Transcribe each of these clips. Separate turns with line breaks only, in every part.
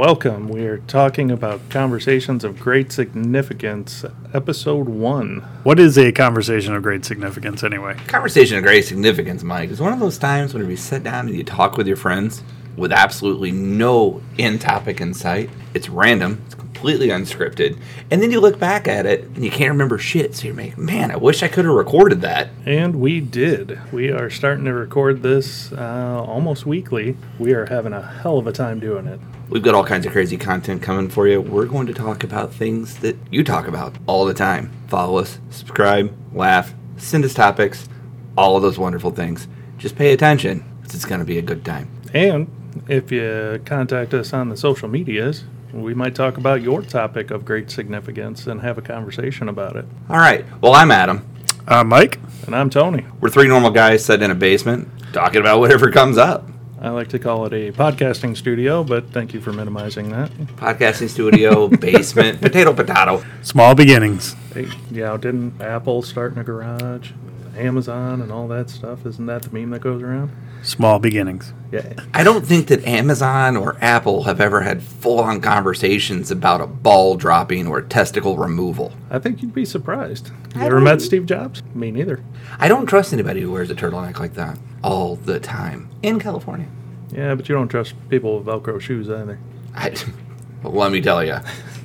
Welcome. We are talking about conversations of great significance, episode one.
What is a conversation of great significance anyway?
Conversation of great significance, Mike, is one of those times whenever you sit down and you talk with your friends with absolutely no in topic in sight. It's random, it's completely unscripted. And then you look back at it and you can't remember shit. So you're like, man, I wish I could have recorded that.
And we did. We are starting to record this uh, almost weekly. We are having a hell of a time doing it.
We've got all kinds of crazy content coming for you. We're going to talk about things that you talk about all the time. Follow us, subscribe, laugh, send us topics, all of those wonderful things. Just pay attention. It's going to be a good time.
And if you contact us on the social medias, we might talk about your topic of great significance and have a conversation about it.
All right. Well, I'm Adam.
Uh, Mike?
And I'm Tony.
We're three normal guys sitting in a basement talking about whatever comes up.
I like to call it a podcasting studio, but thank you for minimizing that.
Podcasting studio, basement, potato, potato.
Small beginnings.
Hey, yeah, didn't Apple start in a garage? Amazon and all that stuff. Isn't that the meme that goes around?
Small beginnings.
Yeah.
I don't think that Amazon or Apple have ever had full on conversations about a ball dropping or testicle removal.
I think you'd be surprised. You ever met Steve Jobs? Me neither.
I don't trust anybody who wears a turtleneck like that all the time in California.
Yeah, but you don't trust people with Velcro shoes either.
I, well, let me tell you,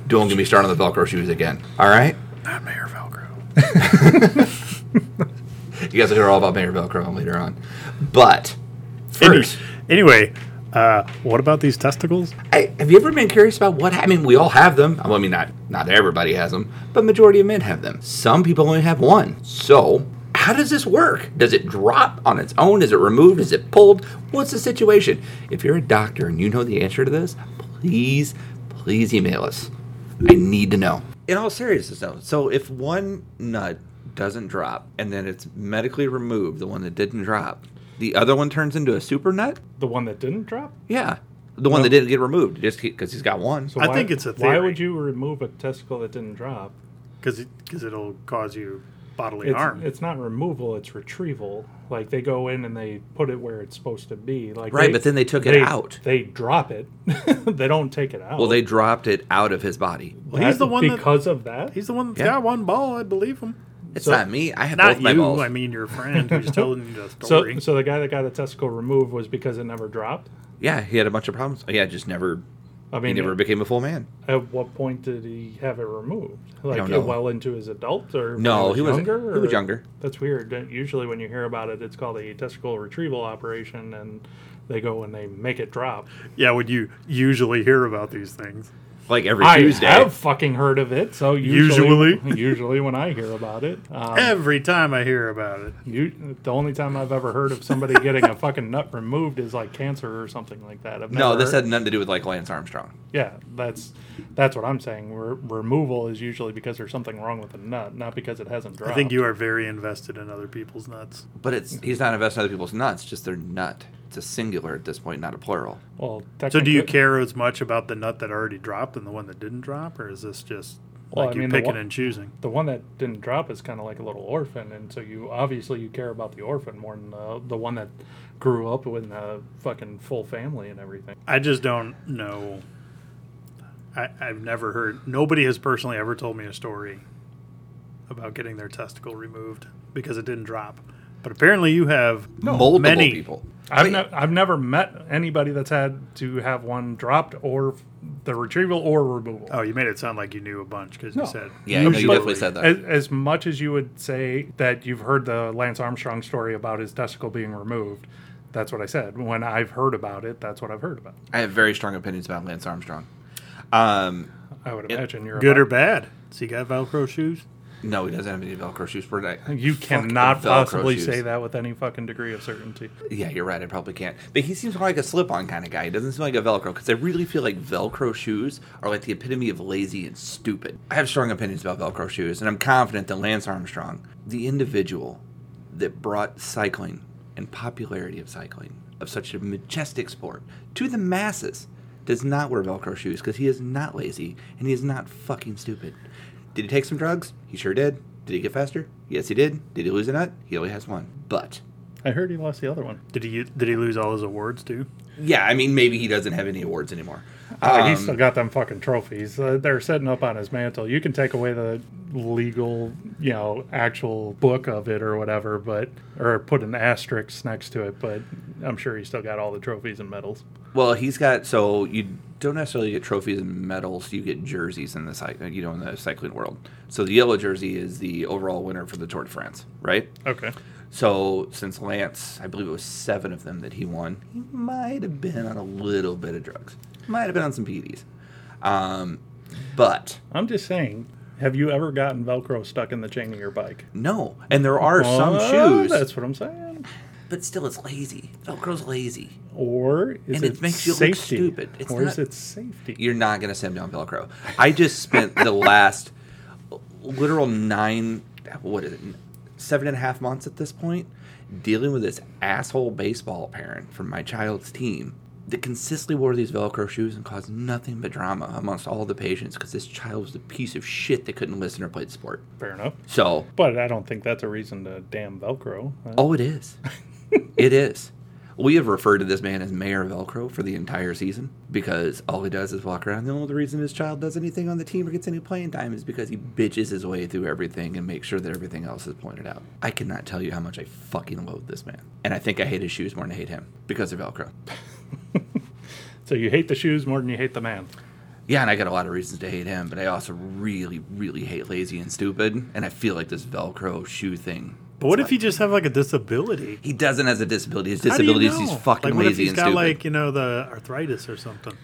don't get me started on the Velcro shoes again. All right?
Not Mayor Velcro.
You guys will hear all about Mayor Velcro later on. But first.
Anyway, uh, what about these testicles?
I, have you ever been curious about what? I mean, we all have them. Well, I mean, not not everybody has them, but majority of men have them. Some people only have one. So, how does this work? Does it drop on its own? Is it removed? Is it pulled? What's the situation? If you're a doctor and you know the answer to this, please, please email us. I need to know.
in all seriousness though so if one nut doesn't drop and then it's medically removed the one that didn't drop the other one turns into a super nut
The one that didn't drop?
yeah the one that didn't get removed just because he's got one
So
I think it's a
Why
theory.
would you remove a testicle that didn't drop?
Because it, cause it'll cause you bodily
It's,
harm.
it's not removal, it's retrieval. Like they go in and they put it where it's supposed to be. Like
Right, but then they took it out.
They drop it. they don't take it out.
well they dropped it out of his body
well, he's
That-
the one that
because of that.
he's the one that's
Yeah.
got one ball. I believe him.
it's
So-
not me i have
Not
both my
you.
balls
I mean your friend who's telling you the story.
So, so the guy that got a testicle removed was because it never dropped.
yeah he had a bunch of problems yeah just never
I
he
mean,
never became a full man
at what point did he have it removed? Like
don't know.
well into his adult or when
No, he was-
younger?
he was
or-
younger.
That's weird. Don't- Usually, when you hear about it, it's called a testicle retrieval operation, and they go and they make it drop.
yeah, would you usually hear about these things?
like every
I
tuesday
have fucking heard of it. So usually,
Usually.
usually when I hear about it, um,
Every time I hear about it,
you, the only time I've ever heard of somebody getting a fucking nut removed is like cancer or something like that. I've
no
never
this
heard-
had nothing to do with like lance armstrong
Yeah, that's that's what I'm saying. Re- removal is usually because there's something wrong with the nut, not because it hasn't dropped.
I think you are very invested in other people's nuts.
but it's he's not investing in other people's nuts just their nut it's a singular at this point not a plural
Well,
So, do you
technically-
care as much about the nut that already dropped than the one that didn't drop, or is this just
Well,
like
I mean,
you
the
picking
one-
and choosing?
The one that didn't drop is kind of like a little orphan, and so you obviously you care about the orphan more than the the one that grew up with a fucking full family and everything.
I just don't know. I, I've never heard. Nobody has personally ever told me a story about getting their testicle removed because it didn't drop. But apparently, you have
multiple
many.
people
I've
Wait.
ne- I've never met anybody that's had to have one dropped or f- the retrieval or removal.
Oh, you made it sound like you knew a bunch because
No.
you said
Yeah, no, you
usually.
definitely said that.
As, as much as you would say that you've heard the Lance Armstrong story about his testicle being removed, that's what I said. When I've heard about it, that's what I've heard about.
I have very strong opinions about Lance Armstrong. Um,
I would imagine you're
Good or
about-
bad? So you got Velcro shoes?
no, he doesn't have any Velcro shoes for that.
You
Fuck
cannot
the Velcro
possibly
shoes.
say that with any fucking degree of certainty.
Yeah, you're right. I probably can't. But he seems more like a slip-on kind of guy. He doesn't seem like a Velcro because I really feel like Velcro shoes are like the epitome of lazy and stupid. I have strong opinions about Velcro shoes, and I'm confident that Lance Armstrong, the individual that brought cycling and popularity of cycling of such a majestic sport to the masses, does not wear Velcro shoes because he is not lazy and he is not fucking stupid. Did he take some drugs? He sure did. Did he get faster? Yes, he did. Did he lose a nut? He only has one. But
I heard he lost the other one.
Did he did he lose all his awards too?
Yeah, I mean, maybe he doesn't have any awards anymore.
Uh,
Um,
he's still got them fucking trophies. Uh, they're sitting up on his mantle. You can take away the legal, you know, actual book of it or whatever, but or put an asterisk next to it. But I'm sure he's still got all the trophies and medals.
well, he's got so you don't necessarily get trophies and medals. You get jerseys in the cy- you know in the cycling world. So the yellow jersey is the overall winner for the Tour de France, right?
Okay.
So since Lance, I believe it was seven of them that he won, he might have been on a little bit of drugs. Might have been on some PDs. Um, but
I'm just saying. Have you ever gotten Velcro stuck in the chain of your bike?
no, and there are some
Oh,
shoes,
That's what I'm saying.
but still, it's lazy. Velcro's lazy.
Or is
And
it,
it makes you look
safety?
stupid. It's
or is
not-
it safety?
You're not gonna send down Velcro. I just spent the last literal nine, what is it, seven and a half months at this point, dealing with this asshole baseball parent from my child's team that consistently wore these Velcro shoes and caused nothing but drama amongst all the patients because this child was a piece of shit that couldn't listen or play the sport.
Fair enough.
So,
But I don't think that's a reason to damn Velcro. Uh,
oh, it is. it is. We have referred to this man as Mayor Velcro for the entire season because all he does is walk around. The only reason his child does anything on the team or gets any playing time is because he bitches his way through everything and makes sure that everything else is pointed out. I cannot tell you how much I fucking loathe this man. And I think I hate his shoes more than I hate him because of Velcro.
So you hate the shoes more than you hate the man.
Yeah, and I got a lot of reasons to hate him, but I also really, really hate lazy and stupid. And I feel like this Velcro shoe thing.
But what if he just have like a disability?
He doesn't has a disability. His
How do you
disability is he's
know?
fucking
like, what if
lazy
he's
and
got
stupid.
like you know the arthritis or something,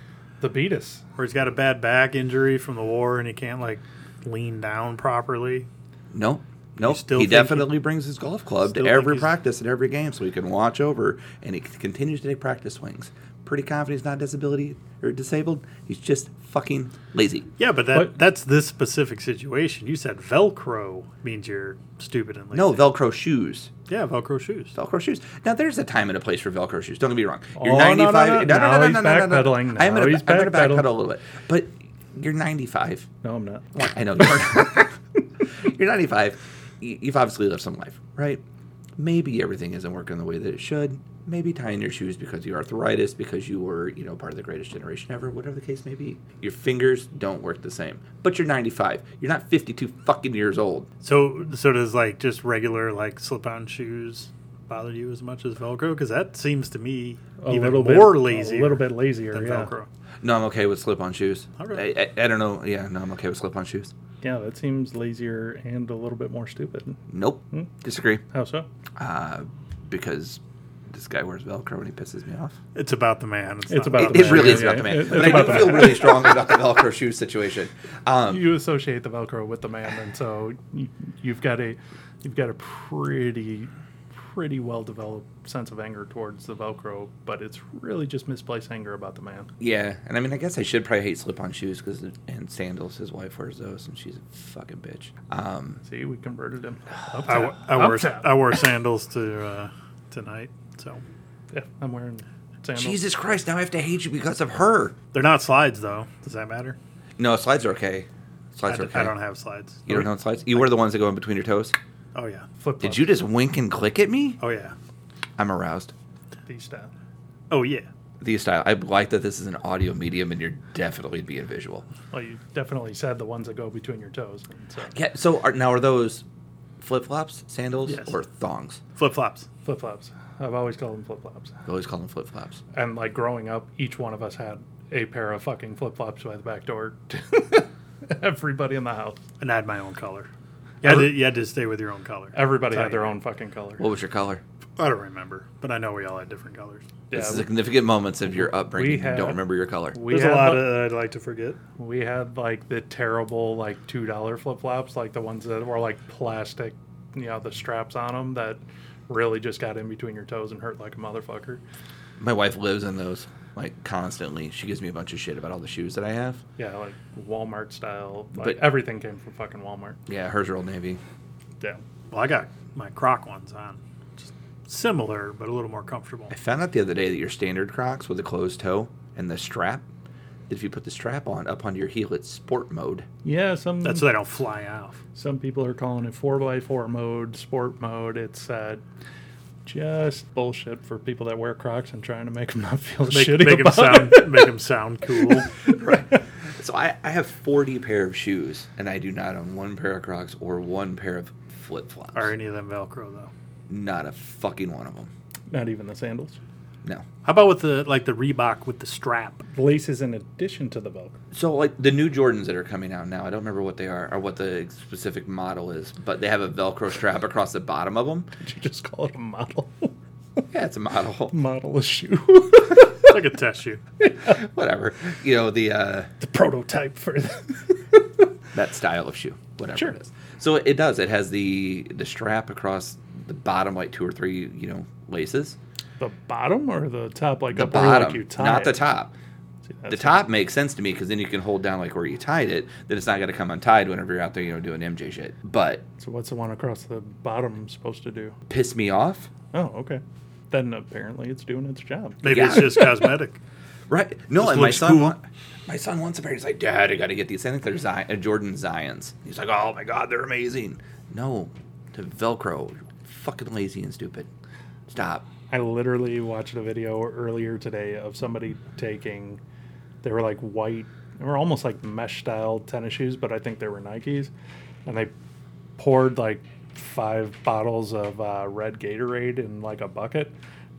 The beatus.
or he's got a bad back injury from the war and he can't like lean down properly.
No, no.
still
He
think he-
definitely brings his golf club
Still
to
think
every
he's-
practice and every game, so he can watch over, and he c- continues to take practice swings. Pretty confident he's not disability or disabled. He's just fucking lazy.
Yeah, but that
But-
that's this specific situation. You said Velcro means you're stupid and lazy.
No Velcro shoes.
yeah, Velcro shoes.
Velcro shoes. Now there's a time and a place for Velcro shoes. Don't get me wrong. You're
Oh, no, no,
95.
no. Now he's backpedaling.
I'm
Now
gonna,
he's
I'm gonna
backpedaling.
backpedal a little bit, but you're 95.
No, I'm not.
Well, I know you're, you're 95. Y- You've obviously lived some life, right? Maybe everything isn't working the way that it should. Maybe tying your shoes because you have arthritis, because you were, you know, part of the greatest generation ever, whatever the case may be. Your fingers don't work the same. But you're 95. You're not 52 fucking years old.
So so does like just regular like slip-on shoes bother you as much as Velcro? Because that seems to me
A
even
little
more
bit,
lazy.
A little bit lazier.
than
yeah.
Velcro.
No, I'm okay with slip on shoes.
All right.
I, I, I don't know. Yeah, no, I'm okay with slip on shoes.
Yeah, that seems lazier and a little bit more stupid.
Nope.
Hmm.
Disagree.
How so?
Uh, because this guy wears Velcro and he pisses me off.
It's about the man.
It's
not
about
about
the
It
man,
really
yeah,
is about
yeah.
the man.
It- it's
but I
about
do
the
feel
man.
really strong about the Velcro shoe situation. Um,
You associate the Velcro with the man, and so y- you've got a you've got a pretty pretty well developed sense of anger towards the Velcro, but it's really just misplaced anger about the man.
yeah, and I mean, I guess I should probably hate slip-on shoes because and sandals. His wife wears those, and she's a fucking bitch. Um,
See, we converted him.
I,
Uptown.
w- I wore
Uptown.
I wore sandals to uh, tonight, so
yeah, I'm wearing sandals.
Jesus Christ! Now I have to hate you because of her.
they're not slides though. Does that matter?
No, slides are okay.
I,
Slides
d-
are okay.
I don't have slides.
You don't know slides. You wear the ones that go in between your toes.
Oh yeah.
Flip
Did you just wink and click at me?
Oh yeah.
I'm aroused.
these down?
Oh yeah.
The style. I like that this is an audio medium, and you're definitely being visual.
Well, you definitely said the ones that go between your toes. And so
Yeah. So are, now are those flip-flops, sandals,
Yes.
or thongs?
Flip flops.
flip flops. I've always called them flip flops.
I always call them flip-flops.
And like growing up, each one of us had a pair of fucking flip flops by the back door. Everybody in the house.
And I had my own color. You had, to, you had to stay with your own color.
Everybody
That's how
had their
you-
own fucking color.
What was your color?
I don't remember, but I know we all had different colors.
yeah,
It's significant moments of your upbringing.
had-
you don't remember your color.
we
There's
had
a lot
li-
of that I'd like to forget.
we had like the terrible like two dollar flip flops, like the ones that were like plastic, you know, the straps on them that really just got in between your toes and hurt like a motherfucker.
My wife lives in those like constantly. She gives me a bunch of shit about all the shoes that I have.
Yeah, like Walmart style. Like
But-
everything came from fucking Walmart.
Yeah, hers are old navy.
Yeah.
Well, I got my Croc ones on, just similar but a little more comfortable.
I found out the other day that your standard Crocs with a closed toe and the strap, that if you put the strap on up onto your heel, it's sport mode.
Yeah, some
That's so they don't fly off.
Some people are calling it 4x4 mode, sport mode. It's uh, just bullshit for people that wear Crocs and trying to make them not feel
Make,
shitty
make him
about
sound
it.
make him sound cool.
So I, I have 40 pair of shoes, and I do not own one pair of Crocs or one pair of flip flops.
Are any of them Velcro though?
Not a fucking one of them.
Not even the sandals.
No.
How about with the like the Reebok with the strap?
Laces in addition to the Velcro.
So like the new Jordans that are coming out now, I don't remember what they are or what the specific model is, but they have a Velcro strap across the bottom of them.
Did you just call it a model?
Yeah, it's a model.
model a shoe.
It's like a test shoe.
Whatever. You know the uh,
the prototype for the
that style of shoe, whatever
Sure.
it is. So it does. It has the the strap across the bottom, like two or three, you know, laces.
the bottom or the top, like
The
up where like you
bottom,
tie
not the
it?
top.
See,
the
that's-
top makes sense to me because then you can hold down like where you tied it. Then it's not going to come untied whenever you're out there, you know, doing MJ shit. But
So what's the one across the bottom supposed to do?
piss me off,
Oh, okay. Then apparently it's doing its job.
Maybe it's
Yeah.
just cosmetic.
right? No,
Just
and my
looks
son,
cool.
wa- my son wants a pair. He's like, Dad, I got to get these. I think they're Zion, uh, Jordan Zions. He's like, Oh my god, they're amazing. No, to Velcro, You're fucking lazy and stupid. Stop.
I literally watched a video earlier today of somebody taking, they were like white, they were almost like mesh style tennis shoes, but I think they were Nikes. And they poured like five bottles of uh, red Gatorade in like a bucket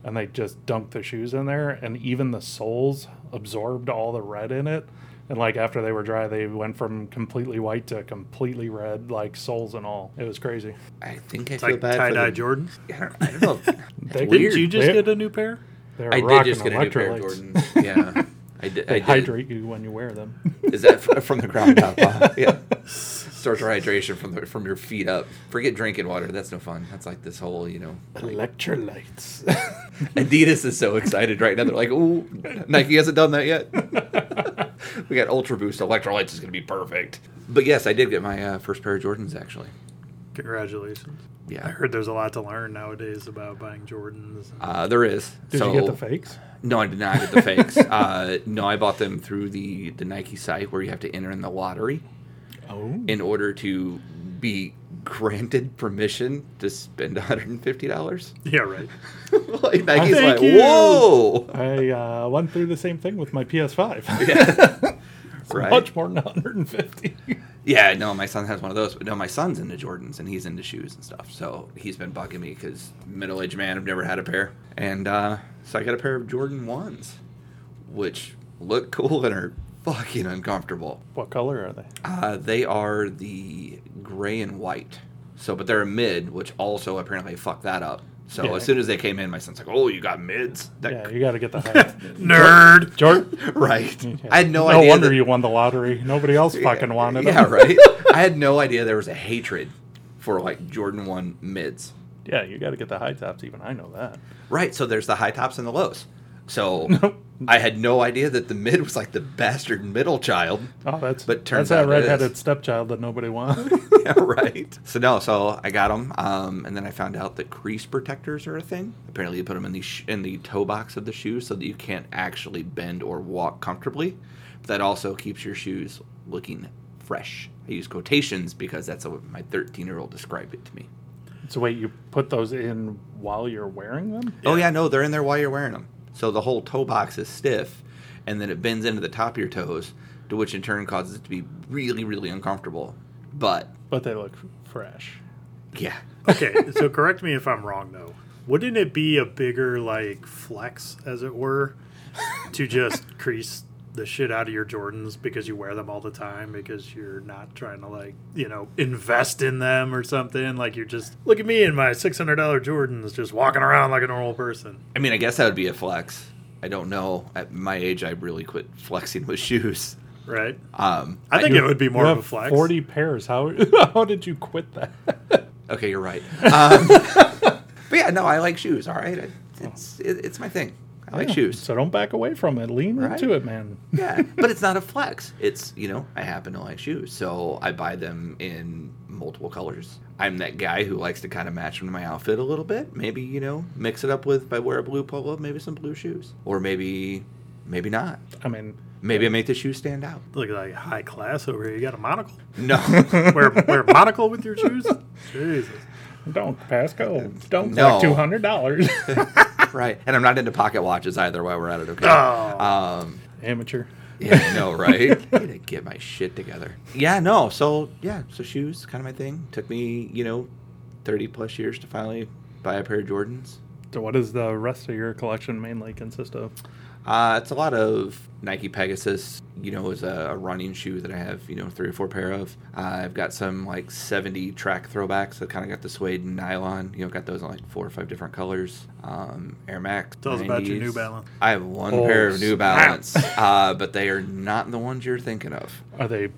and they just dunked the shoes in there. And even the soles absorbed all the red in it. And like after they were dry, they went from completely white to completely red, like soles and all. It was crazy.
I think I
It's
feel
like
bad. for
tie dye
the-
Jordans.
I don't, I don't know.
They-
That's
Didn't
weird.
you just
They-
get a new pair?
They were
I did
rocking
just get a new pair of
electrolytes.
Jordans. Yeah. I did. I
They
did.
hydrate you when you wear them.
Is that f- from the ground up? huh? Yeah. Starts your hydration from the, from your feet up. Forget drinking water. That's no fun. That's like this whole, you know.
Electrolytes.
Adidas is so excited right now. They're like, "Ooh, Nike hasn't done that yet." we got Ultra Boost electrolytes is going to be perfect. But yes, I did get my uh, first pair of Jordans actually.
Congratulations. I
Yeah.
heard there's a lot to learn nowadays about buying Jordans.
Uh, there is.
Did
so,
you get the fakes?
No, I did not get the fakes. uh, no, I bought them through the the Nike site where you have to enter in the lottery.
Oh.
in order to be granted permission to spend $150.
Yeah, right.
like Nike's
Thank
like,
you.
whoa.
I uh, went through the same thing with my PS5. It's
Right?
Much more than 150.
Yeah, no, my son has one of those. But no, my son's into Jordans and he's into shoes and stuff. So he's been bugging me because middle aged man, I've never had a pair. And uh, so I got a pair of Jordan 1s, which look cool and are fucking uncomfortable.
what color are they?
Uh, they are the gray and white. So, but they're a mid, which also apparently fucked that up. So
Yeah.
as soon as they came in, my son's like, "Oh, you got mids? That
Yeah, you got to get the high.
Nerd.
Jordan?
right? I had no,
no
idea.
wonder
that-
you won the lottery. Nobody else fucking wanted
Yeah,
them.
right. I had no idea there was a hatred for like Jordan One mids.
Yeah, you got to get the high tops. Even I know that.
Right. So there's the high tops and the lows. So I had no idea that the mid was like the bastard middle child.
Oh, that's
But turns
that's that
out it is.
redheaded stepchild that nobody wants.
yeah, right. So no, so I got them, um, and then I found out that crease protectors are a thing. Apparently, you put them in the sh- in the toe box of the shoe so that you can't actually bend or walk comfortably. That also keeps your shoes looking fresh. I use quotations because that's what my 13 year old described it to me.
so wait, you put those in while you're wearing them?
Oh yeah, no, they're in there while you're wearing them. So the whole toe box is stiff, and then it bends into the top of your toes, to which in turn causes it to be really, really uncomfortable. But
But they look fresh.
yeah,
Okay, so correct me if I'm wrong though. Wouldn't it be a bigger like flex, as it were, to just crease the shit out of your Jordans because you wear them all the time because you're not trying to like you know invest in them or something? Like you're just look at me in my six hundred dollar Jordans, just walking around like a normal person.
I mean, I guess that would be a flex. I don't know. At my age, I really quit flexing with shoes.
Right?
Um,
I think it would be more
You
of a
have
flex.
40 pairs. How how did you quit that?
okay, you're right. Um, but yeah, no, I like shoes. All right, I, it's it, it's my thing. I like
Yeah.
shoes.
So don't back away from it. Lean
Right.
into it, man.
Yeah, but it's not a flex. It's you know, I happen to like shoes, so I buy them in multiple colors. I'm that guy who likes to kind of match them to my outfit a little bit. Maybe you know, mix it up with if I wear a blue polo, maybe some blue shoes, or maybe maybe not.
I mean,
Maybe I make the shoes stand out.
Look like high class over here. You got a monocle.
No.
wear wear a monocle with your shoes. Jesus.
Don't pass go. Don't
Uh, No.
collect two hundred dollars.
right. And I'm not into pocket watches either while we're at it, okay?
Oh.
Um,
Amateur.
yeah, I know, right? I need to get my shit together. Yeah, no. So, yeah, so shoes, kind of my thing. Took me, you know, 30 plus years to finally buy a pair of Jordans.
So what does the rest of your collection mainly consist of?
Uh, it's a lot of Nike Pegasus, you know, is a, a running shoe that I have, you know, three or four pair of. Uh, I've got some like 70 track throwbacks that kind of got the suede and nylon, you know, got those in like four or five different colors. Um, Air Max.
Tell us about your
90s.
New Balance.
I have one
Oh,
pair of New
snap.
Balance, uh, but they are not the ones you're thinking of.
Are they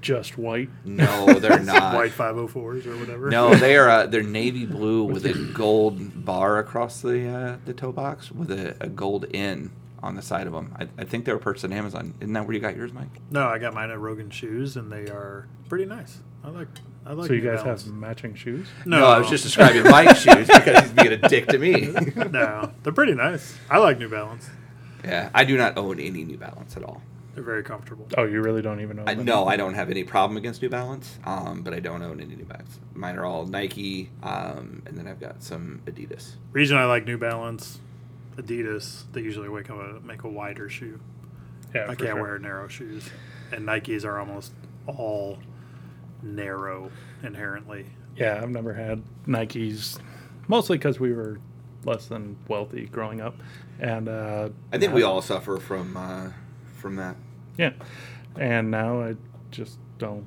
just white?
No, they're not.
White 504s or whatever.
No, they are. Uh, they're navy blue with a gold bar across the uh, the toe box with a, a gold N on the side of them. I, I think they were purchased on Amazon. Isn't that where you got yours, Mike?
No, I got mine at Rogan Shoes, and they are pretty nice. I like. I like.
so you
New
guys
Balance.
have matching shoes?
No,
I was just describing Mike's shoes because he's being a dick to me.
no, they're pretty nice. I like New Balance.
yeah, I do not own any New Balance at all.
They're very comfortable.
Oh, you really don't even know.
I,
them?
no, I don't have any problem against New Balance, um, but I don't own any New Balance. Mine are all Nike, um, and then I've got some Adidas.
Reason I like New Balance, Adidas. They usually make a make a wider shoe.
Yeah,
I
for
can't
sure.
wear narrow shoes, and Nikes are almost all narrow inherently.
Yeah, I've never had Nikes, mostly because we were less than wealthy growing up, and uh,
I think we all suffer from uh, from that.
yeah, and now I just don't.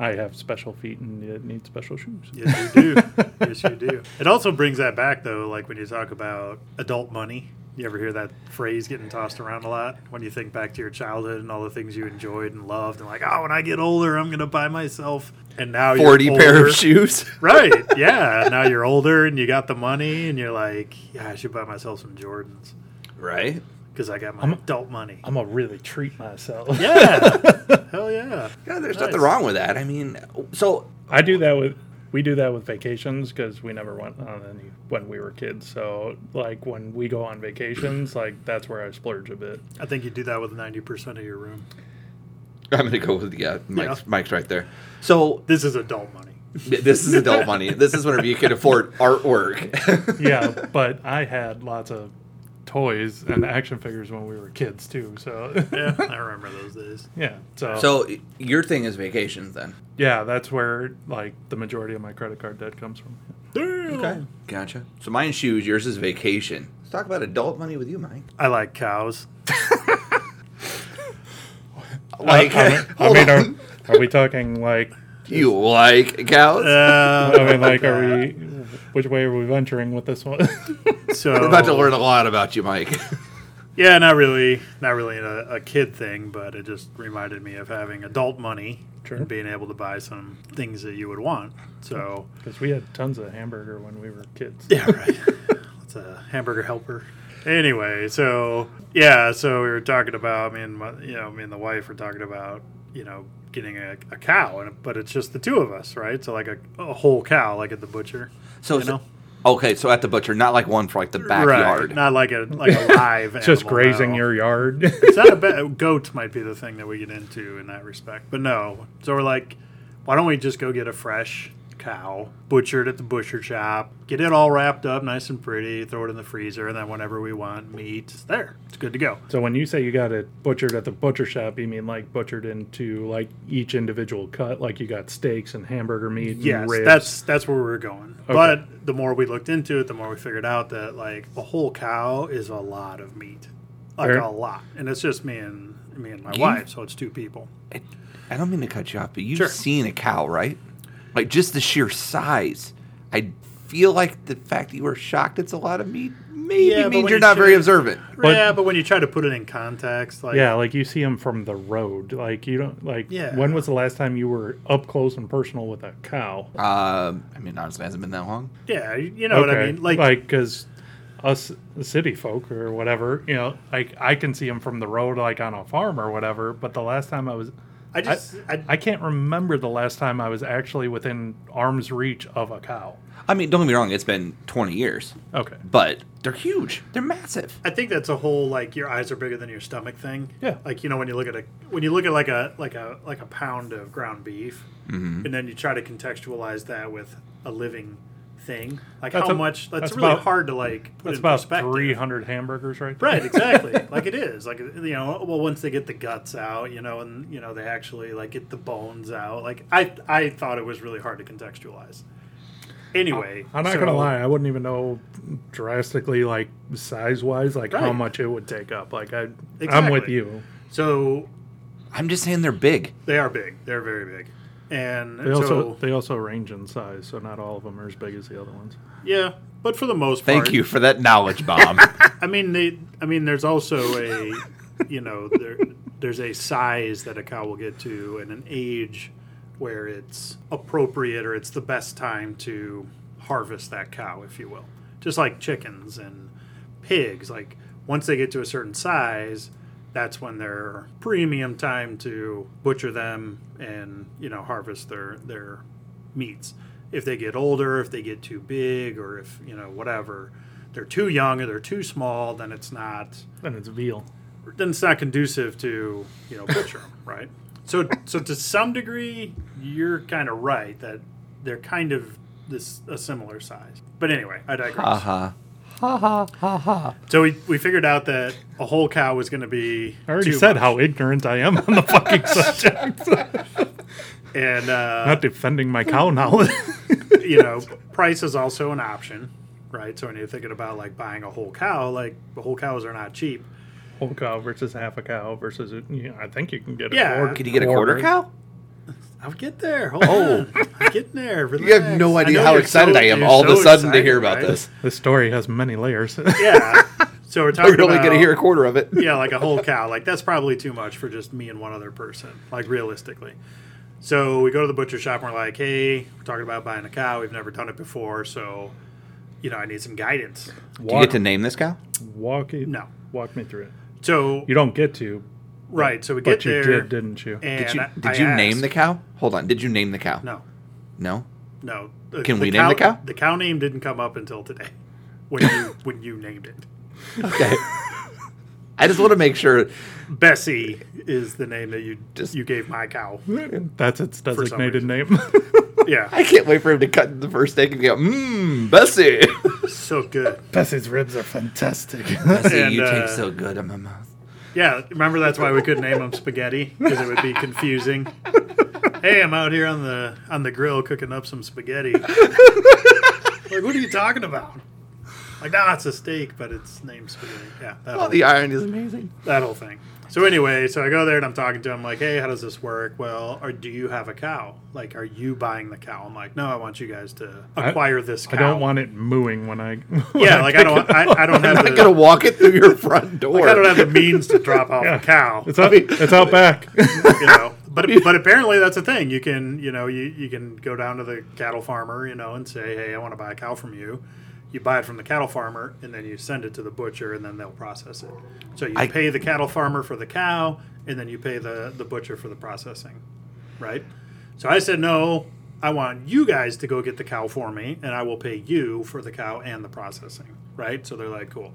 I have special feet and it need special shoes.
Yes, you do. yes, you do. It also brings that back though. Like when you talk about adult money, you ever hear that phrase getting tossed around a lot? When you think back to your childhood and all the things you enjoyed and loved, and like, oh, when I get older, I'm gonna buy myself. And now you're
Forty pair
older.
of shoes.
right? Yeah. Now you're older and you got the money, and you're like, yeah, I should buy myself some Jordans
Right.
because I got my adult money.
I'm gonna really treat myself.
yeah. Hell yeah.
Yeah, there's
Nice.
nothing wrong with that. I mean, so
I do that with we do that with vacations because we never went on any when we were kids. So like when we go on vacations, like that's where I splurge a bit.
I think you do that with 90% of your room.
I'm gonna go with yeah, Mike's,
Yeah.
Mike's right there. So
This is adult money.
this is adult money. This is whenever you can afford artwork.
Yeah, but I had lots of toys and action figures when we were kids too. So
Yeah. I remember those days.
yeah, so,
so your thing is vacations then.
yeah, that's where like the majority of my credit card debt comes from.
Okay. Gotcha. So mine's shoes, yours is vacation. Let's talk about adult money with you, Mike.
I like cows.
Like,
Uh,
I mean, I
hold
mean,
on.
are, are we talking like
you like cows?
Uh,
I mean like are we which way are we venturing with this one?
so
We're about to learn a lot about you, Mike.
Yeah, not really, not really a, a kid thing, but it just reminded me of having adult money
Sure.
and being able to buy some things that you would want. So
Because we had tons of hamburger when we were kids.
Yeah, right. it's a hamburger helper. Anyway, so yeah, so we were talking about me and my, you know me and the wife were talking about you know getting a, a cow, and but it's just the two of us, right? So like a, a whole cow, like at the butcher.
So
you know,
Okay, so at the butcher, not like one for like the backyard.
right? Not like a like a live.
It's just
animal,
grazing
no.
your yard.
It's not a bad goat might be the thing that we get into in that respect, but no. So we're like, why don't we just go get a fresh cow, butchered at the butcher shop, get it all wrapped up, nice and pretty, throw it in the freezer, and then whenever we want meat, it's there. It's good to go.
so when you say you got it butchered at the butcher shop, you mean like butchered into like each individual cut, like you got steaks and hamburger meat.
Yes,
and ribs.
that's that's where we were going. But the more we looked into it, the more we figured out that like a whole cow is a lot of meat, like
Fair.
a lot, and it's just me and me and my
You-
wife, so it's two people.
I don't mean to cut you off, but you've
Sure.
seen a cow, right? Like just the sheer size. I feel like the fact that you were shocked it's a lot of meat maybe
Yeah, but
means
when
you're
you
not very
shoot-
observant.
But-
yeah, but when you try to put it in context, like
yeah, like you see them from the road. Like you don't like.
Yeah.
When was the last time you were up close and personal with a cow?
Um, I mean, honestly, it hasn't been that long.
Yeah, you you know what I mean. Like,
like because us city folk or whatever, you know, like I can see them from the road, like on a farm or whatever. But the last time I was,
I just, I,
I can't remember the last time I was actually within arm's reach of a cow.
I mean, don't get me wrong, it's been 20 years,
Okay.
but they're huge. They're massive.
I think that's a whole like your eyes are bigger than your stomach thing.
Yeah.
Like you know when you look at a when you look at like a like a like a pound of ground beef, and then you try to contextualize that with a living thing. Like
That's
how
a-
much? That's,
that's
really
about-
hard to like put
That's
in
about
perspective.
300 hamburgers right there.
Right, exactly. like it is. Like you know, well, once they get the guts out, you know, and you know, they actually like get the bones out. Like I, I thought it was really hard to contextualize. Anyway,
I'm not
so-
gonna lie, I wouldn't even know drastically like size wise like how
Right.
much it would take up. Like I I'm with
Exactly.
you.
So
I'm just saying they're big.
they are big. They're very big, and
They also
so
they also range in size, so not all of them are as big as the other ones.
yeah. But for the most part,
Thank you for that knowledge bomb.
I mean, they. I mean, there's also a, you know, there, there's a size that a cow will get to, and an age where it's appropriate or it's the best time to harvest that cow, if you will. Just like chickens and pigs, like once they get to a certain size, that's when they're premium time to butcher them and you know harvest their their meats. If they get older, if they get too big, or if you know whatever, they're too young or they're too small, then it's not
And it's veal.
then it's not conducive to you know butcher 'em, right? So so to some degree, you're kind of right that they're kind of this a similar size. But anyway, I digress.
uh-huh.
So we, we figured out that a whole cow was going to be.
I already
too
said
much.
how ignorant I am on the fucking subject.
and uh,
not defending my cow knowledge.
you know, price is also an option, right? So when you're thinking about like buying a whole cow, like the whole cows are not cheap.
Whole cow versus half a cow versus you know, I think you can get a
Yeah.
quarter.
Could you get a quarter cow?
I'll get there. Hold on. I'm getting there.
Oh. You have
relax.
no
I
idea
know
how
you're
excited
so-
I am
you're
all of a
so
sudden to
excited,
hear about
right?
this.
This story has many layers.
Yeah. So we're talking
We're only
about
going to hear a quarter of it.
yeah, like a whole cow. Like that's probably too much for just me and one other person. Like realistically. So we go to the butcher shop and we're like, "Hey, we're talking about buying a cow. We've never done it before, so you know, I need some guidance."
Do you
walk,
get to name this cow?
walk it,
No.
walk me through it.
So
You don't get to,
right, so we
but
get
you
there.
did, didn't you?
And
Did you
I-
did
I
you name
asked-
the cow? Hold on. Did you name the cow?
No,
No?
no. The-
Can we name the cow?
The cow name didn't come up until today, when you when you named it.
Okay. I just want to make sure
Bessie is the name that you
Just-
you gave my cow.
That's its
some
designated
reason.
name.
Yeah,
I can't wait for him to cut the first steak and go, mmm, Bessie.
so good.
Bessie's ribs are fantastic.
Bessie,
And,
you
uh,
taste so good in my mouth.
Yeah, remember that's why we couldn't name them spaghetti because it would be confusing. hey, I'm out here on the on the grill cooking up some spaghetti. like, what are you talking about? Like, nah, it's a steak, but it's named spaghetti. Yeah, that
Oh,
whole,
the irony is amazing.
that whole thing. So anyway, so I go there and I'm talking to him like, hey, how does this work? Well, or do you have a cow? Like, are you buying the cow? I'm like, no, I want you guys to
I-
acquire this cow.
I don't want it mooing when I. when
Yeah,
I
like I
pick it
don't.
up.
I, I don't have the.
I'm going to walk it through your front door.
like, I don't have the means to drop off
Yeah.
a cow.
It's out, it's out back.
you know. But but apparently that's a thing. You can you know you, you can go down to the cattle farmer you know and say hey I want to buy a cow from you. You buy it from the cattle farmer and then you send it to the butcher and then they'll process it. So you
I-
pay the cattle farmer for the cow and then you pay the the butcher for the processing, right? So I said no. I want you guys to go get the cow for me, and I will pay you for the cow and the processing, right? So they're like, cool.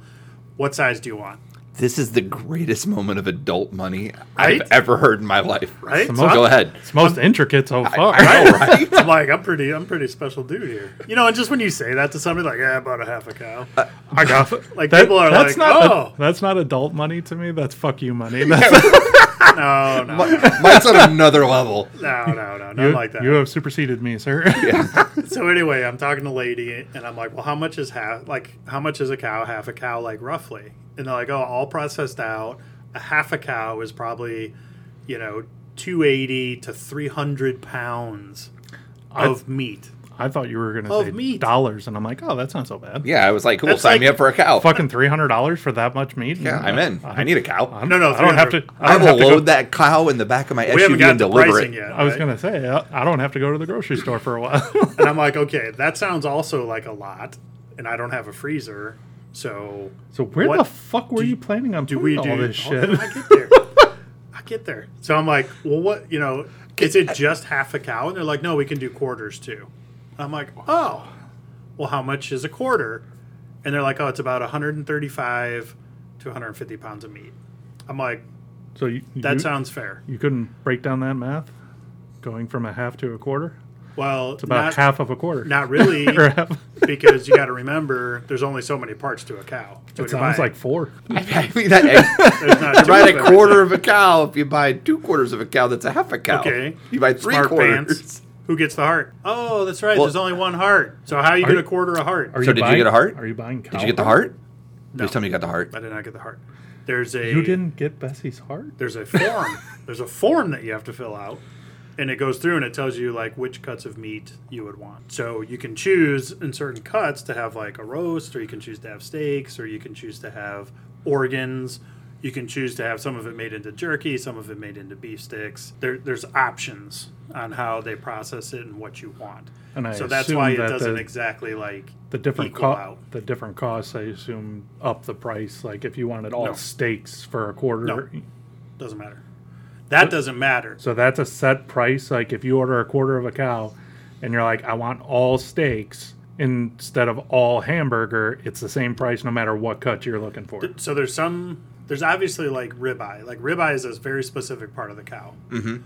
What size do you want?
This is the greatest moment of adult money
Right?
I've ever heard in my life.
Right?
The
So
most-
I'm-
Go ahead.
It's most intricate so far.
I know, right?
I'm like, I'm pretty, I'm pretty special dude here. You know, and just when you say that to somebody, like, yeah, I bought a half a cow.
I got
Like, people are
that's
like,
not,
"Oh."
that's not adult money to me. That's fuck you money. That's,
no, no, no,
Mine's on another level.
no, no, no,
you,
not like that.
you have superseded me, sir.
So anyway, I'm talking to a lady, and I'm like, well, how much is half? Like, how much is a cow? Half a cow, like roughly? And they're like, oh, all processed out. A half a cow is probably, you know, 280 to 300 pounds of meat.
I thought you were going to
Of
say
meat.
dollars, and I'm like, oh, that's not so bad.
Yeah, I was like, cool,
That's
sign
like-
me up for a cow.
Fucking three hundred dollars for that much meat.
Yeah, I'm in. I need a cow.
I'm,
No, no,
I don't have to.
300.
I
I
don't
will
have to go-
load that cow in the back of my
We haven't
SUV
gotten
and
to
deliver
pricing
it.
yet.
I was
right?
gonna say uh, I I don't have to go to the grocery store for a while.
And I'm like, okay, that sounds also like a lot, and I don't have a freezer, so
so where
What
the fuck were
do-
you planning on
do
putting
we
all
do
this
oh,
shit?
I get there. I get there. So I'm like, well, what? You know, is it just half a cow? And they're like, no, we can do quarters too. I'm like, oh, well, how much is a quarter? And they're like, oh, it's about 135 to 150 pounds of meat. I'm like,
so you,
that
you,
sounds fair.
you couldn't break down that math, going from a half to a quarter.
Well,
It's about
not,
half of a quarter.
Not really,
Or half.
because you got to remember there's only so many parts to a cow. So
It sounds like four.
I mean, that egg,
there's not two
buy
of
a
them.
quarter of a cow. If you buy two quarters of a cow, that's a half a cow.
Okay.
You buy three
Smart
quarters.
pants. Who gets the heart? Oh, that's right.
Well-
there's only one heart. So how you get
you-
a quarter a heart?
Are
So did you
buying-
get a heart?
Are you buying? Cow
Did you get the heart? Please tell me you got the heart.
I did not get the heart. There's a
You didn't get Bessie's heart.
there's a form. there's a form that you have to fill out, and it goes through and it tells you like which cuts of meat you would want. So you can choose in certain cuts to have like a roast, or you can choose to have steaks, or you can choose to have organs. You can choose to have some of it made into jerky, some of it made into beef sticks. There, there's options on how they process it and what you want.
And I
so that's
assume
why it
that
doesn't
the-
exactly like
The different
equal
co-
out.
the different costs, I assume, up the price. Like if you wanted all
No.
steaks for a quarter,
No. Doesn't matter. That doesn't matter.
so that's a set price. Like if you order a quarter of a cow, and you're like, I want all steaks instead of all hamburger, it's the same price no matter what cut you're looking for.
So there's some. There's obviously like ribeye. Like ribeye is a very specific part of the cow. Mm-hmm.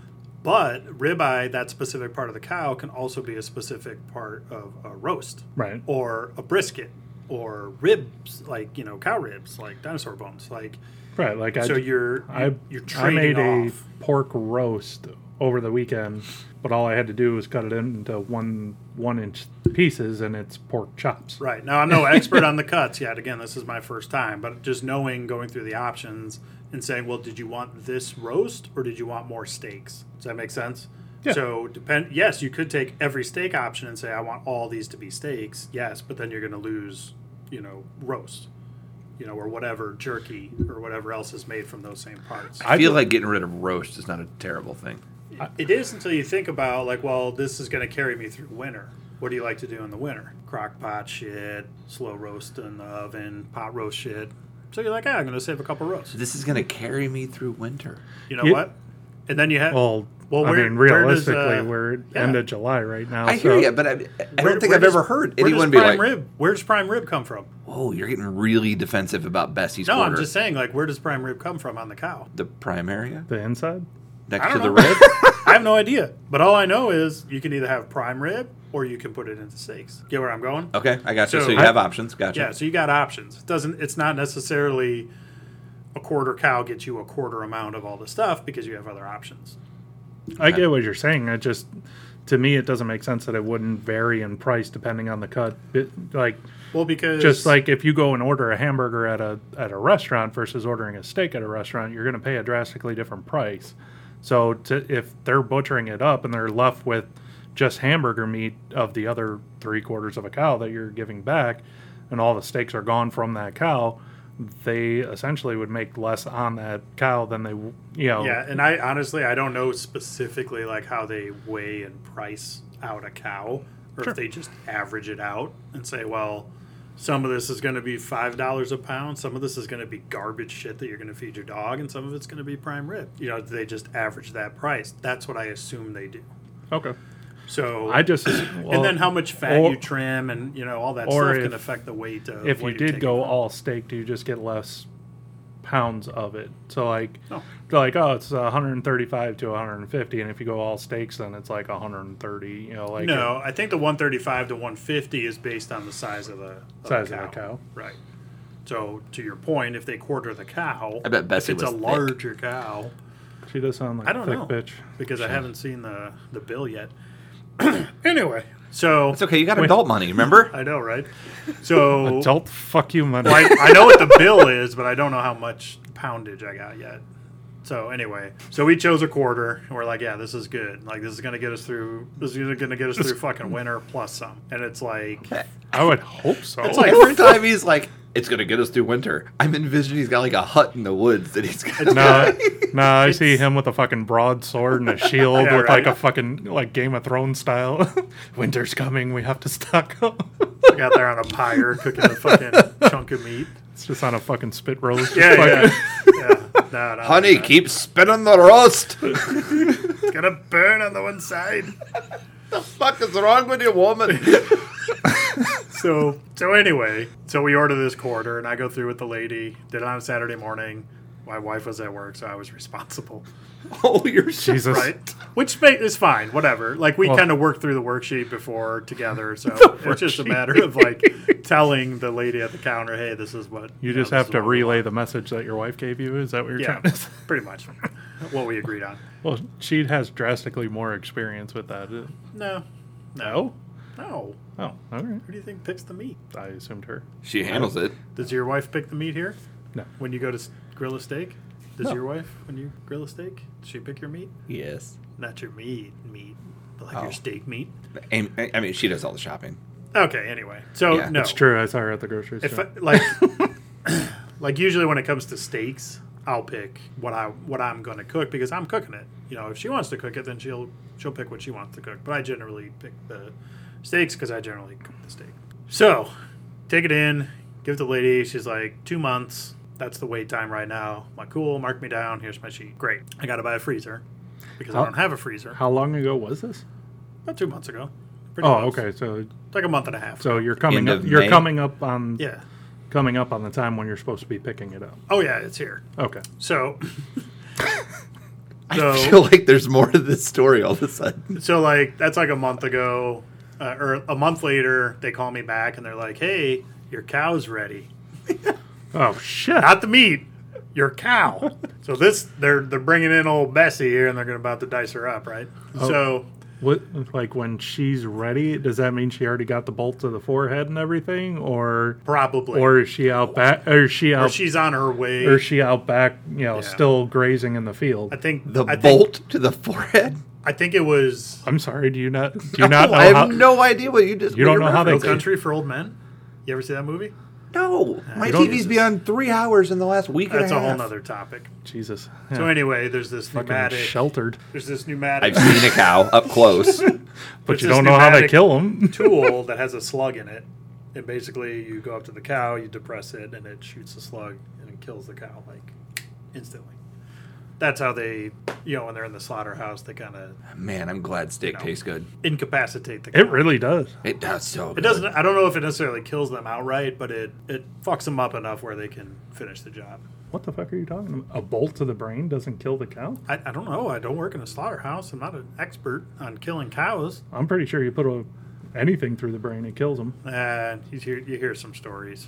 But ribeye, that specific part of the cow, can also be a specific part of a roast,
Right.
Or a brisket, or ribs, like you know, cow ribs, like dinosaur bones, like.
Right. Like I,
so you're
I,
you're
I
trading
made
off.
a pork roast over the weekend, but all I had to do was cut it into one one inch pieces, and it's pork chops.
Right. Now, I'm no expert on the cuts yet. Again, this is my first time, but just knowing, going through the options and saying, well, did you want this roast or did you want more steaks? Does that make sense?
Yeah.
So, depend. yes, you could take every steak option and say, I want all these to be steaks. Yes, but then you're going to lose, you know, roast, you know, or whatever jerky or whatever else is made from those same parts.
I feel like getting rid of roast is not a terrible thing.
It is until you think about like, well, this is going to carry me through winter. What do you like to do in the winter? Crock pot shit, slow roast in the oven, pot roast shit. So you're like, ah, I'm going to save a couple roasts.
This is going to carry me through winter.
You know
You-
what? And then you have
Well,
Well,
I
where-
mean,
where does,
realistically,
uh,
we're
yeah.
end of July right now.
I
so
hear you, but I, I
where-
don't think
where
I've
does-
ever heard
where does
anyone be
prime
like,
rib. Where does prime rib come from?
"Whoa, you're getting really defensive about Bessie's
No,
quarter."
I'm just saying, like, where does prime rib come from on the cow?
the prime area
the inside.
next
I
to
don't
the
know.
rib.
I have no idea, but all I know is you can either have prime rib or you can put it into steaks. Get where I'm going?
Okay, I got you. So,
So-
you
I-
have options. Gotcha.
Yeah, so you got options. It doesn't it's not necessarily a quarter cow gets you a quarter amount of all the stuff because you have other options.
I get what you're saying. I just, to me, it doesn't make sense that it wouldn't vary in price depending on the cut. It, like,
Well, because
just like if you go and order a hamburger at a at a restaurant versus ordering a steak at a restaurant, you're going to pay a drastically different price. So to, if they're butchering it up and they're left with just hamburger meat of the other three quarters of a cow that you're giving back, and all the steaks are gone from that cow, they essentially would make less on that cow than they, w- you know,
yeah, and I honestly I don't know specifically like how they weigh and price out a cow or
Sure.
if they just average it out and say, well, some of this is going to be $5 a pound, some of this is going to be garbage shit that you're going to feed your dog and some of it's going to be prime rib. You know, they just average that price. That's what I assume they do.
okay.
So
I just
and then how much fat
or-
you trim and you know all that
or
stuff can
if-
affect the weight of
if
what
you
you're
did
taking
go
home.
all steak, do you just get less pounds of it? So like,
No.
they're like oh, it's 135 to 150, and if you go all steaks, then it's like 130. You know, like
no i think the 135 to 150 is based on the size of the of the
Size of the cow.
right so to your point if they quarter the cow
I bet Bessie
if it's
was
a
thick.
larger cow
she does sound like
i don't
a thick
know
bitch.
because i haven't seen the the bill yet anyway so
It's okay. You got adult money. Remember?
i know right so
Adult, fuck you, money.
I, I know what the bill is, but I don't know how much poundage I got yet. So anyway, so we chose a quarter, and we're like, yeah, this is good. Like this is gonna get us through. This is gonna get us through fucking winter plus some. And it's like,
I would hope so.
It's like-
Every time he's like, "It's going to get us through winter." I'm envisioning he's got like a hut in the woods that he's got.
no, no, I see him with a fucking broadsword and a shield
Yeah,
with
right.
like a fucking like Game of Thrones style. Winter's coming. We have to stock up.
I got there on a pyre cooking a fucking chunk of meat.
it's just on a fucking spit roast.
Yeah,
Fucking-
yeah, yeah. No, no,
Honey,
no.
keep spinning the roast.
it's gonna burn on the one side.
fuck is wrong with you, woman?
So so anyway, so we order this quarter, and I go through with the lady. Did it on Saturday morning. My wife was at work, so I was responsible.
oh, you're
Jesus.
Right. Which ma- is fine, whatever. Like we
Well-
kind of worked through the worksheet before together, so it's just a matter of like telling the lady at the counter, "Hey, this is what
You
know,
just
this
have
is
to
what we
relay
want."
the message that your wife gave you. Is that what you're
Yeah,
trying to say?
pretty much what we agreed on.
Well, she has drastically more experience with that.
No,
No?
no.
Oh, all right.
Who do you think picks the meat?
I assumed her.
She handles it.
Does your wife pick the meat here?
No.
When you go to s- grill a steak, does
No.
your wife when you grill a steak? Does she pick your meat?
Yes.
Not your meat, meat, but like
Oh.
your steak meat.
I I mean, she does all the shopping.
Okay. Anyway, so
Yeah,
no,
It's true. I saw her at the grocery
Oh. If I,
store.
like, like usually when it comes to steaks, I'll pick what I what I'm going to cook because I'm cooking it. You know, if she wants to cook it, then she'll she'll pick what she wants to cook. But I generally pick the steaks because I generally cook the steak. So, take it in, give it to the lady. She's like two months. That's the wait time right now. I'm like, cool, mark me down. Here's my sheet. Great. I got to buy a freezer because I
How-
don't have a freezer.
How long ago was this?
About two months ago. Pretty
Oh,
close.
okay. So,
It's like a month and a half.
so you're coming
End
up.
of
You're
May?
coming up on
yeah.
coming up on the time when you're supposed to be picking it up.
Oh yeah, it's here.
Okay.
So,
I feel
so,
like there's more to this story all of a sudden.
so like that's like a month ago, uh, or a month later, they call me back and they're like, "Hey, your cow's ready.
Oh shit.
Not the meat, your cow." so this they're they're bringing in old Bessie here and they're gonna about to dice her up, right?
Oh.
So
What like when she's ready? Does that mean she already got the bolt to the forehead and everything, or
probably, or,
or is she out back? Or is she out?
she's on her way.
or is she out back? You know,
Yeah.
still grazing in the field.
I think
The
I Think,
bolt to the forehead.
I think it was
I'm sorry. Do you not? Do you not know
I have
how?
no idea what you just.
You
what
don't know how they
No
Okay.
Country for Old Men. You ever see that movie?
No, my
You don't-
TV's beyond three hours in the last week.
That's
and a,
a whole
half.
nother topic.
Jesus.
So
Yeah,
anyway, there's this
fucking
pneumatic.
sheltered,
There's this pneumatic.
I've seen a cow up close.
but
It's
you
this
don't know how they
pneumatic
kill them.
tool that has a slug in it, and basically you go up to the cow, you depress it, and it shoots the slug and it kills the cow like instantly. That's how they, you know, when they're in the slaughterhouse, they kind of
Man, I'm glad steak
No.
tastes good.
incapacitate the cow.
It really does.
It does so.
It doesn't. I don't know if it necessarily kills them outright, but it it fucks them up enough where they can finish the job.
What the fuck are you talking about? A bolt to the brain doesn't kill the cow?
I, I don't know. I don't work in a slaughterhouse. I'm not an expert on killing cows.
I'm pretty sure you put a, anything through the brain, it kills them.
And you hear you hear some stories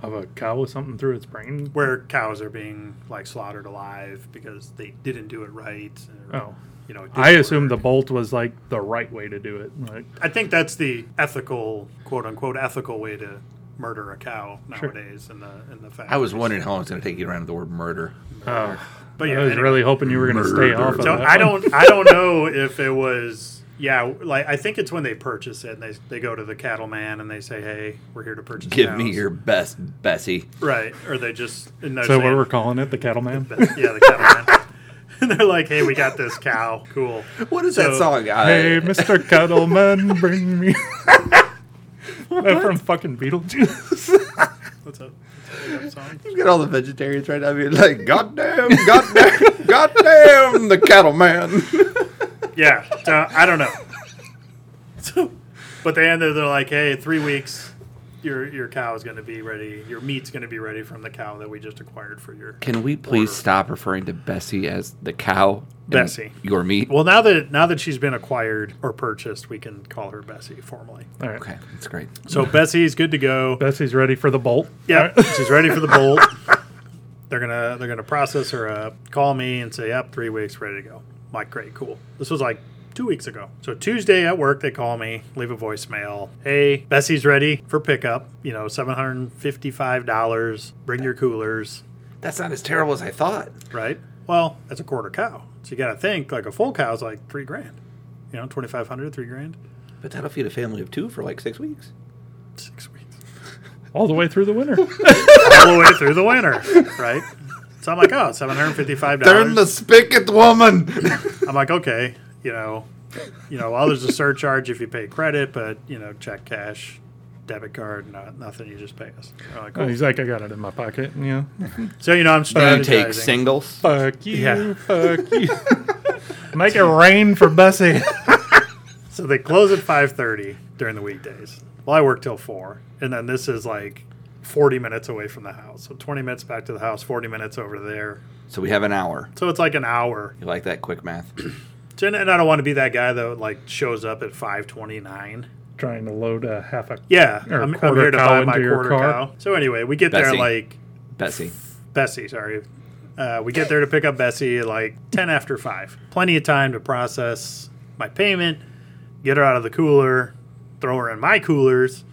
Of a cow with something through its brain?
where cows are being like slaughtered alive because they didn't do it right. Or,
Oh.
you know, it
I
didn't
assume the
work.
bolt was like the right way to do it. Like,
I think that's the ethical, quote unquote, ethical way to murder a cow nowadays. In the in the fact,
I was wondering how long it's going to take you to round the word murder.
oh,
but
I
yeah,
was
anyway.
really hoping you were going to stay
Murder.
off of
So
that
I
one.
don't I don't know if it was yeah like I think it's when they purchase it and they they go to the cattleman and they say hey we're here to purchase
Give me
cows."
your best, Bessie.
right or they just and they're
So what
saying-
we're calling it, the cattleman?
yeah the cattleman and they're like hey we got this cow cool
What is that
So-
song? I-
Hey, Mr. Cattleman, bring me. That from fucking Beetlejuice.
what's up What's that song?
Get all the vegetarians right now being like, goddamn, goddamn, goddamn, the cattleman.
Yeah, so, I don't know. So, but they ended. They're like, hey, three weeks, your your cow is going to be ready. Your meat's going to be ready from the cow that we just acquired for your.
Can we please stop referring to Bessie as the cow? and
Bessie.
Your meat?
Well, now that now that she's been acquired or purchased, we can call her Bessie formally.
All right.
Okay, that's great.
So Bessie's good to go.
Bessie's ready for the bolt.
Yeah,
All right.
she's ready for the bolt. They're gonna they're gonna process her up, call me and say, "Yep, three weeks, ready to go." I'm like, great, cool. This was like two weeks ago. So Tuesday at work, they call me, leave a voicemail. Hey, Bessie's ready for pickup. You know, seven hundred and fifty-five dollars. Bring your coolers,
That's not as terrible as I thought.
right? Well, that's a quarter cow. So you gotta think like a full cow's like three grand. You know, twenty-five hundred, three grand,
But that'll feed a family of two for like six weeks.
six weeks.
All the way through the winter.
All the way through the winter, right? So I'm like, oh, $755.
spigot, woman.
I'm like, okay, you know, you know, well, there's a surcharge if you pay credit, but you know, check, cash, debit card, no, nothing. You just pay us. We're like,
Oh,
cool.
he's like, I got it in my pocket. Yeah.
So you know, I'm
you take
strategizing.
singles.
Fuck you.
Yeah.
Fuck you. Make it rain for Bessie.
So they close at 5:30 during the weekdays. Well, I work till four, and then this is like 40 minutes away from the house. So 20 minutes back to the house, 40 minutes over there.
So we have an hour.
So it's like an hour.
You like that quick math?
And I don't want to be that guy that like shows up at five twenty nine.
trying to load a half a
Yeah,
Or
I'm, I'm
quarter
here to
cow
buy my
into your
quarter
car.
cow. So anyway, we get
Bessie.
there like
Bessie.
Bessie, sorry. Uh, we get there to pick up Bessie at like 10 after 5. Plenty of time to process my payment, get her out of the cooler, throw her in my coolers,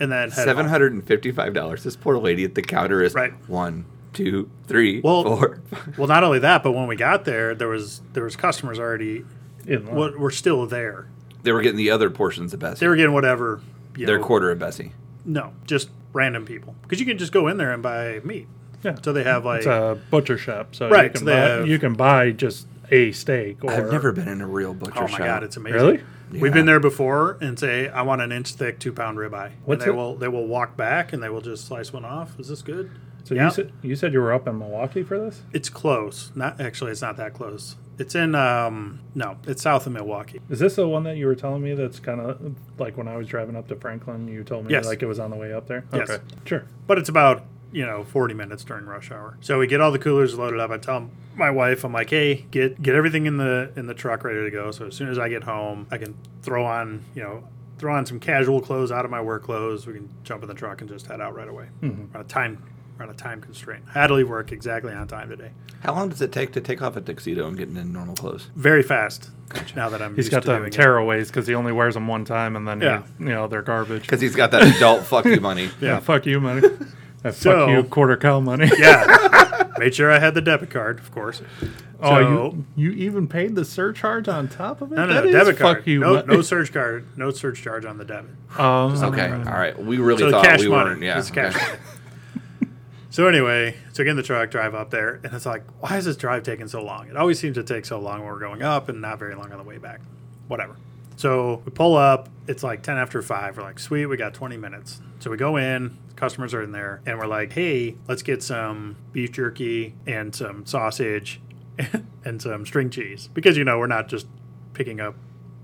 and then head
Seven
home.
hundred and fifty-five dollars. This poor lady at the counter is
Right.
one, two, three,
Well-
four.
Well, not only that, but when we got there, there was there was customers already
in line.
what were still there.
They were getting the other portions of Bessie.
They were getting whatever you
Their
know,
quarter of Bessie.
No, just random people. Because you can just go in there and buy meat.
Yeah.
So they have like
It's a butcher shop, so
Right,
you, can
so they
buy,
have-
you can buy just a steak. Or,
I've never been in a real butcher
Oh my
shop.
god, it's amazing.
Really?
We've been
Yeah.
there before and say, I want an inch thick, two pound ribeye. and
What's
they
it-
will they will walk back and they will just slice one off. Is this good?
So
Yeah.
you said you said you were up in Milwaukee for this?
It's close. Not actually it's not that close. It's in um no, it's south of Milwaukee.
Is this the one that you were telling me that's kind of like when I was driving up to Franklin? You told me
Yes.
like it was on the way up there.
Yes.
Okay, sure.
But it's about, you know, forty minutes during rush hour. So we get all the coolers loaded up. I tell my wife, I'm like, hey, get get everything in the in the truck ready to go. So as soon as I get home, I can throw on, you know, throw on some casual clothes out of my work clothes. We can jump in the truck and just head out right away.
Mm-hmm.
We're on a time we're on a time constraint. I had to leave work exactly on time today.
How long does it take to take off a tuxedo and get in normal clothes?
Very fast. Now that I'm
He's
used
got
to
the
doing it.
tearaways because he only wears them one time, and then
Yeah.
he- you know they're garbage.
Because he's got that adult fuck you money.
yeah, fuck you money. That
So-
fuck you quarter cow money.
Yeah. Made sure I had the debit card, of course.
Oh,
So-
you you even paid the surcharge on top of it?
No, no,
That
no
is
debit card.
Fuck you.
no,
money.
no surge card. No surge charge on the debit.
Um,
Okay, all right. We really
So the
thought
cash
we
money.
weren't. Yeah,
it's cash
okay.
money. So anyway, so get in the truck, drive up there, and it's like, why is this drive taking so long? It always seems to take so long when we're going up, and not very long on the way back. Whatever. So we pull up. It's like ten after five. We're like, sweet, we got twenty minutes. So we go in. Customers are in there, and we're like, hey, let's get some beef jerky and some sausage and some string cheese because you know we're not just picking up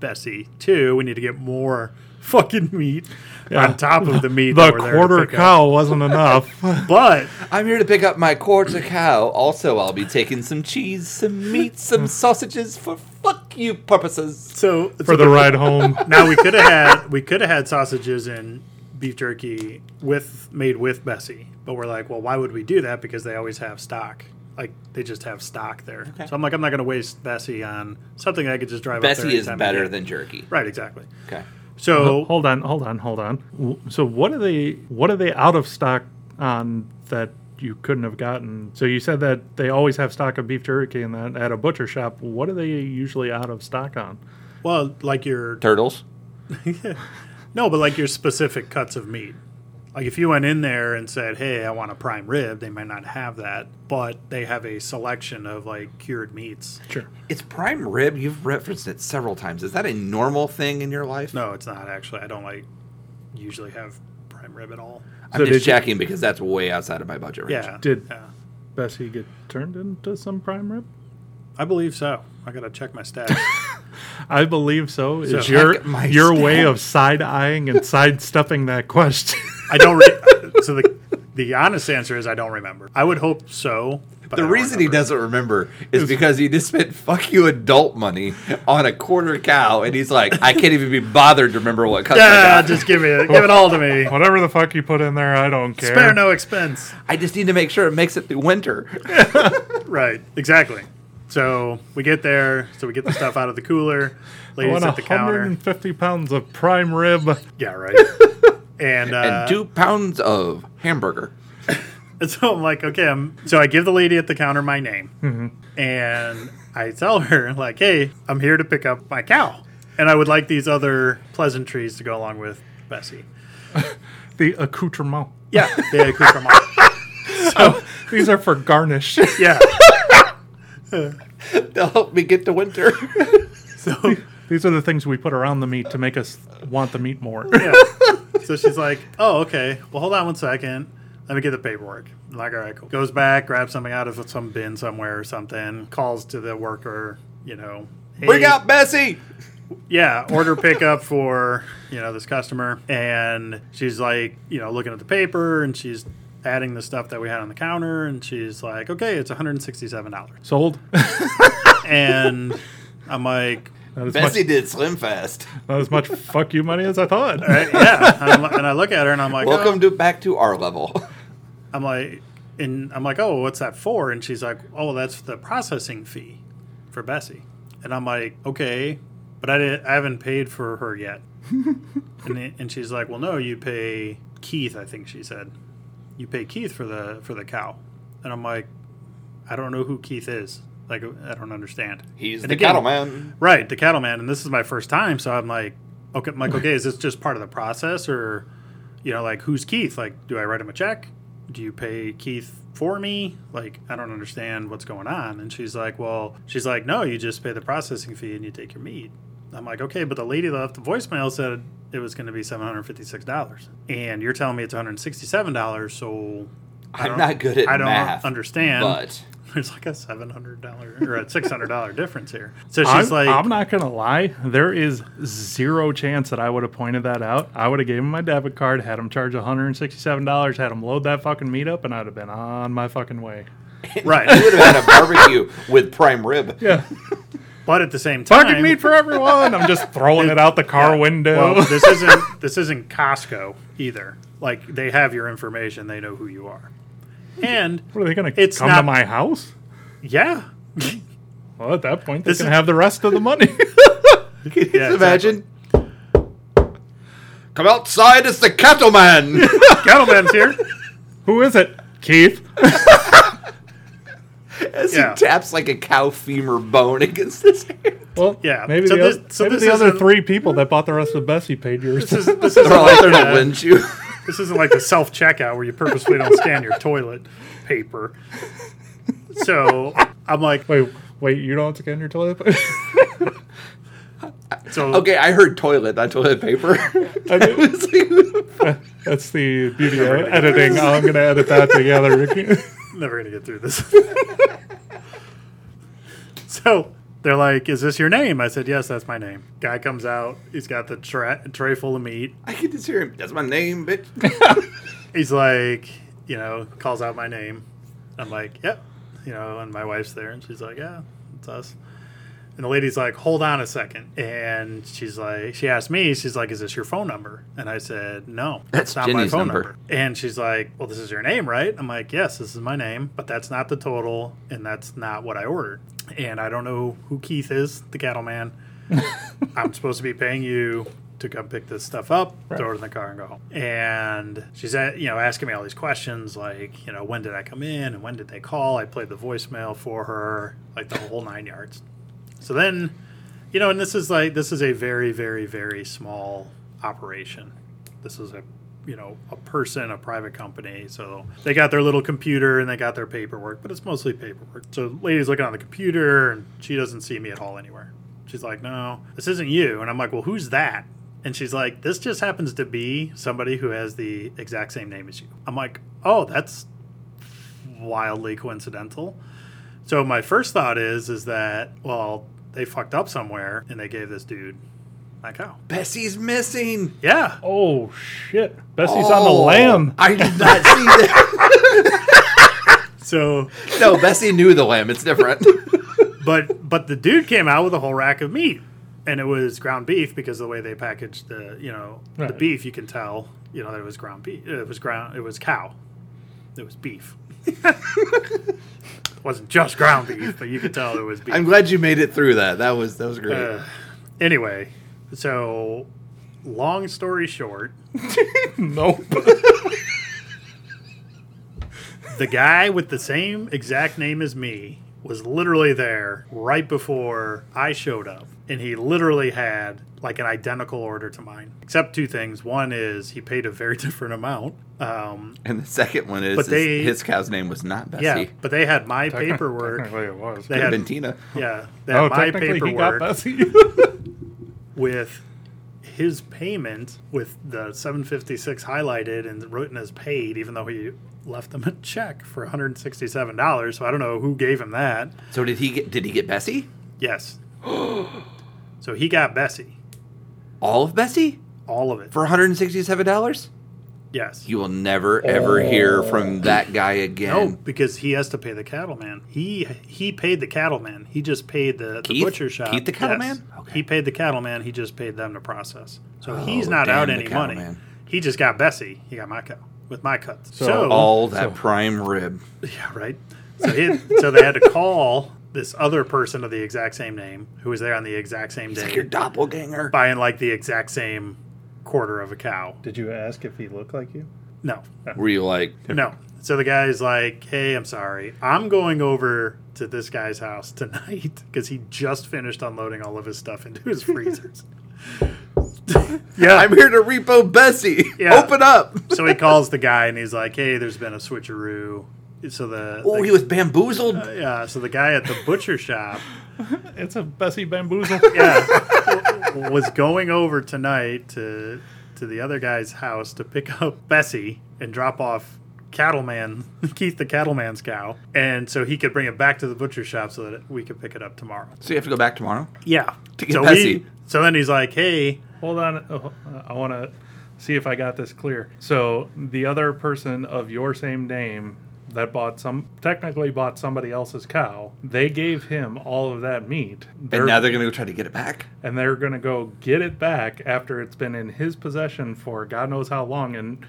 Bessie too. We need to get more fucking meat
Yeah.
on top of the meat.
The
that we're there to
quarter
pick up.
cow wasn't enough.
but
I'm here to pick up my quarter cow. Also, I'll be taking some cheese, some meat, some sausages for fuck you purposes.
so
for the ride home.
now we could have had we could have had sausages and beef jerky with made with Bessie, but we're like, well, why would we do that? Because they always have stock. Like they just have stock there. So I'm like, I'm not going to waste Bessie on something I could just drive. up there
Bessie is
anytime I
better
get.
than jerky.
right. Exactly.
Okay.
So
hold on, hold on, hold on. W- So what are they? What are they out of stock on that you couldn't have gotten? So you said that they always have stock of beef jerky and that at a butcher shop. What are they usually out of stock on?
well, like your
Turtles.
No, but like your specific cuts of meat. Like if you went in there and said, "Hey, I want a prime rib," they might not have that, but they have a selection of like cured meats.
Sure.
It's prime rib. You've referenced it several times. Is that a normal thing in your life?
No, it's not actually. I don't like usually have prime rib at all.
So
I'm
did you-
just checking because that's way outside of my budget range.
Yeah,
Did-
yeah.
Bessie get turned into some prime rib?
I believe so. I gotta check my stats.
I believe so. Is
So-
your
Check my
your way
stats.
of side eyeing and sidestepping that question?
I don't. Re- so the the honest answer is I don't remember. I would hope so. But
The reason he doesn't remember is because he just spent fuck you adult money on a quarter cow, and he's like, I can't even be bothered to remember what cuts
Yeah,
I got.
just give me it. Give it all to me.
Whatever the fuck you put in there, I don't care.
Spare no expense.
I just need to make sure it makes it through winter.
Right, exactly. So we get there, so we get the stuff out of the cooler.
I
Ladies
want
at the counter.
150 pounds of prime rib.
Yeah, right. and, uh,
and two pounds of hamburger.
And so I'm like, okay, I'm, so I give the lady at the counter my name, and I tell her like, hey, I'm here to pick up my cow, and I would like these other pleasantries to go along with Bessie.
The accoutrement.
Yeah, the accoutrement.
These are for garnish.
yeah.
They'll help me get to winter.
So
These are the things we put around the meat to make us want the meat more.
yeah. So she's like, oh, okay. Well, hold on one second. Let me get the paperwork. I'm like, all right, cool. Goes back, grabs something out of some bin somewhere or something, calls to the worker, you know, hey,
Bring out Bessie.
yeah, order pickup for, you know, this customer. And she's like, you know, looking at the paper and she's adding the stuff that we had on the counter. And she's like, okay, it's $167.
Sold.
And I'm like,
Not as, much,
Bessie did Slim Fast.
not as much fuck you money as I thought.
"All right, yeah. I'm, li- and I look at her and I'm like,
Welcome
oh.
to back to our level.
I'm like, and I'm like, oh, what's that for? And she's like, oh, that's the processing fee for Bessie. And I'm like, okay, but I didn't, I haven't paid for her yet. and, it- and she's like, well, no, you pay Keith. I think she said, you pay Keith for the for the cow. And I'm like, I don't know who Keith is. Like, I don't understand.
He's
And
the
again,
cattleman.
Right, the cattleman, and this is my first time, so I'm like, okay, Michael, okay, is this just part of the process, or, you know, like who's Keith? Like, do I write him a check? Do you pay Keith for me? Like, I don't understand what's going on. And she's like, well, she's like, no, you just pay the processing fee and you take your meat. I'm like, okay, but the lady that left the voicemail said it was going to be seven hundred fifty-six dollars, and you're telling me it's one hundred sixty-seven dollars. So I
I'm
don't-
not good at
I don't
math,
understand.
But
There's like a seven hundred dollar or a six hundred dollar difference here. So
I'm,
she's like,
I'm not gonna lie. There is zero chance that I would have pointed that out. I would have gave him my debit card, had him charge 167 dollars, had him load that fucking meat up, and I'd have been on my fucking way.
you
right.
would have had a barbecue with prime rib.
Yeah,
But at the same time,
fucking meat for everyone. I'm just throwing it out the car window.
Well, this isn't this isn't Costco either. Like they have your information, they know who you are, and
what are they gonna
it's
come to
not-
my house?
yeah,
Well, at that point, they
This
can
is-
have the rest of the money.
Can you
Yeah,
imagine? Come outside, it's the cattleman.
cattleman's here.
Who is it, Keith?
As
Yeah.
he taps like a cow femur bone against his hand.
Well,
Yeah,
Maybe
so
the,
this-
oth-
so
maybe
this
the other
isn't-
three people that bought the rest of Bessie paid yours.
This is this isn't
They're like,
like
they're gonna
the,
lynch you.
this isn't like the self checkout where you purposely don't scan your toilet paper. So I'm like,
wait, wait, you don't scan your toilet? paper?
so
Okay, I heard toilet, not toilet paper.
I mean,
It's like-
That's the beauty of editing. I'm going to edit that together.
never gonna get through this. so they're like, "Is this your name?" I said, "Yes, that's my name." Guy comes out. He's got the tra- tray full of meat.
I can just hear him. That's my name, bitch.
He's like, you know, calls out my name. I'm like, "Yep," you know, and my wife's there, and she's like, "Yeah, it's us." And the lady's like, "Hold on a second. and she's like, she asked me, she's like, "Is this your phone number?" And I said, "No,
That's
it's not
Jenny's
my phone
number.
number. And she's like, Well, this is your name, right? I'm like, Yes, this is my name, but that's not the total, and that's not what I ordered. And I don't know who Keith is, the cattleman. I'm supposed to be paying you to come pick this stuff up, throw it in the car, and go home. And she's, a- you know, asking me all these questions like, you know, when did I come in and when did they call? I played the voicemail for her, like the whole nine yards. So then, you know, and this is like this is a very, very, very small operation. This is a you know a person, a private company. So they got their little computer and they got their paperwork, but it's mostly paperwork. So the lady's looking on the computer and she doesn't see me at all anywhere. She's like, "No, this isn't you." And I'm like, "Well, who's that?" And she's like, "This just happens to be somebody who has the exact same name as you." I'm like, "Oh, that's wildly coincidental." So my first thought is is that well they fucked up somewhere and they gave this dude that cow.
Bessie's missing.
Yeah,
oh, shit. Bessie's on the
Oh,
lamb.
I did not see that.
so
No, Bessie knew the lamb. It's different.
but but the dude came out with a whole rack of meat and it was ground beef because of the way they packaged the you know the
Right.
beef you can tell you know that it was ground beef it was ground it was cow it was beef. it wasn't just ground beef, but you could tell it was beef.
I'm glad you made it through that. That was that was great.
Uh, anyway, so long story short,
Nope.
the guy with the same exact name as me was literally there right before I showed up. And he literally had like an identical order to mine, except two things. One is he paid a very different amount. Um,
and the second one is,
But
is
they-
his cow's name was not Bessie.
yeah,
It
but they had my paperwork.
Technically it was.
They
would have
had,
been Tina.
yeah, they had
oh,
my
technically he got
paperwork
Bessie.
with his payment with the 756 highlighted and written as paid, even though he left them a check for $167. So I don't know who gave him that.
So did he get did he get Bessie?
Yes. so he got Bessie,
All of Bessie?
all of it.
For $167?
Yes.
You will never ever hear
Oh.
from that guy
no,
again.
because he has to pay the cattleman. He he paid the cattleman. He just paid the, the
Keith?
butcher shop.
Keith the cattleman? Okay.
He paid the cattleman. He just paid them to process. So
Oh,
he's not out
damn the
any money.
cattleman.
He just got Bessie. He got Mako with my cuts. So,
Oh.
All that prime rib.
yeah, right. So he, so they had to call this other person of the exact same name who was there on the exact same
It's
day,
like your doppelganger.
buying like the exact same quarter of a cow.
Did you ask if he looked like you?
No,
Were you like,
No. So the guy's like, "Hey, I'm sorry. I'm going over to this guy's house tonight because he just finished unloading all of his stuff into his freezers." yeah.
I'm here to repo Bessie.
Yeah.
Open up.
so he calls the guy and he's like, "Hey, there's been a switcheroo." So the,
Oh,
the-
he was bamboozled.
Uh,
yeah, so the guy at the butcher shop,
It's a Bessie bamboozle.
yeah, w- was going over tonight to to the other guy's house to pick up Bessie and drop off cattleman Keith the cattleman's cow, and so he could bring it back to the butcher shop so that we could pick it up tomorrow.
so you have to go back tomorrow?
Yeah.
To get
so,
Bessie.
we, so then he's like, hey,
Hold on. Oh, I want to see if I got this clear. So the other person of your same name that bought some technically bought somebody else's cow, they gave him all of that meat. They're-
and now they're going to go try to get it back?
and they're going to go get it back after it's been in his possession for God knows how long and